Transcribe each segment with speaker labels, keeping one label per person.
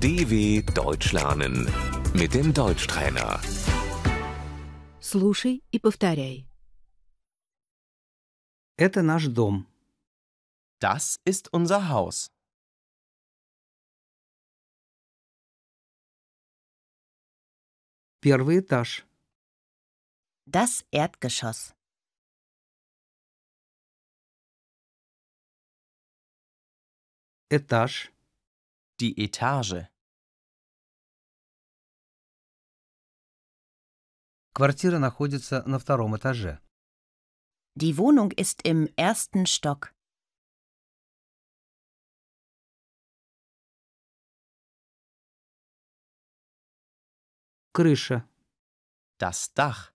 Speaker 1: DW Deutsch lernen mit dem Deutschtrainer.
Speaker 2: Слушай и повторяй.
Speaker 3: Это наш дом.
Speaker 4: Das ist unser Haus.
Speaker 3: Первый этаж.
Speaker 5: Das Erdgeschoss.
Speaker 3: Этаж.
Speaker 4: Die Etage.
Speaker 3: Квартира находится на втором этаже.
Speaker 5: Die Wohnung ist im ersten Stock.
Speaker 3: Крыша.
Speaker 4: Das Dach.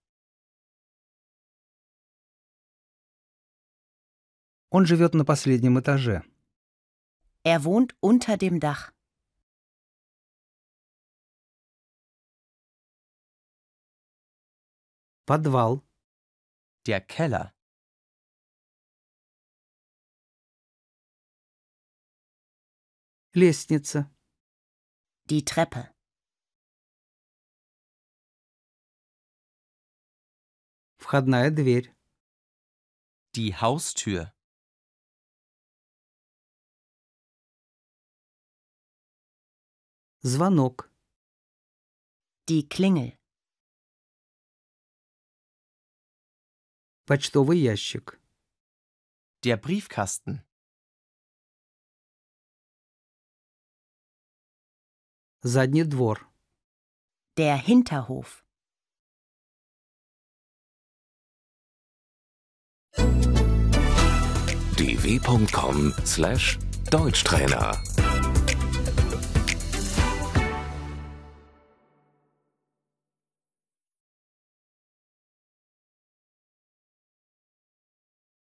Speaker 3: Он живет на последнем этаже.
Speaker 5: Er wohnt unter dem Dach.
Speaker 3: Подвал.
Speaker 4: Der Keller.
Speaker 3: Лестница.
Speaker 5: Die Treppe.
Speaker 3: Входная дверь.
Speaker 4: Die Haustür.
Speaker 3: Звонок.
Speaker 5: Die Klingel.
Speaker 3: Почтовый ящик.
Speaker 4: Der Briefkasten.
Speaker 3: Задний двор.
Speaker 5: Der Hinterhof.
Speaker 1: dw.com/deutschtrainer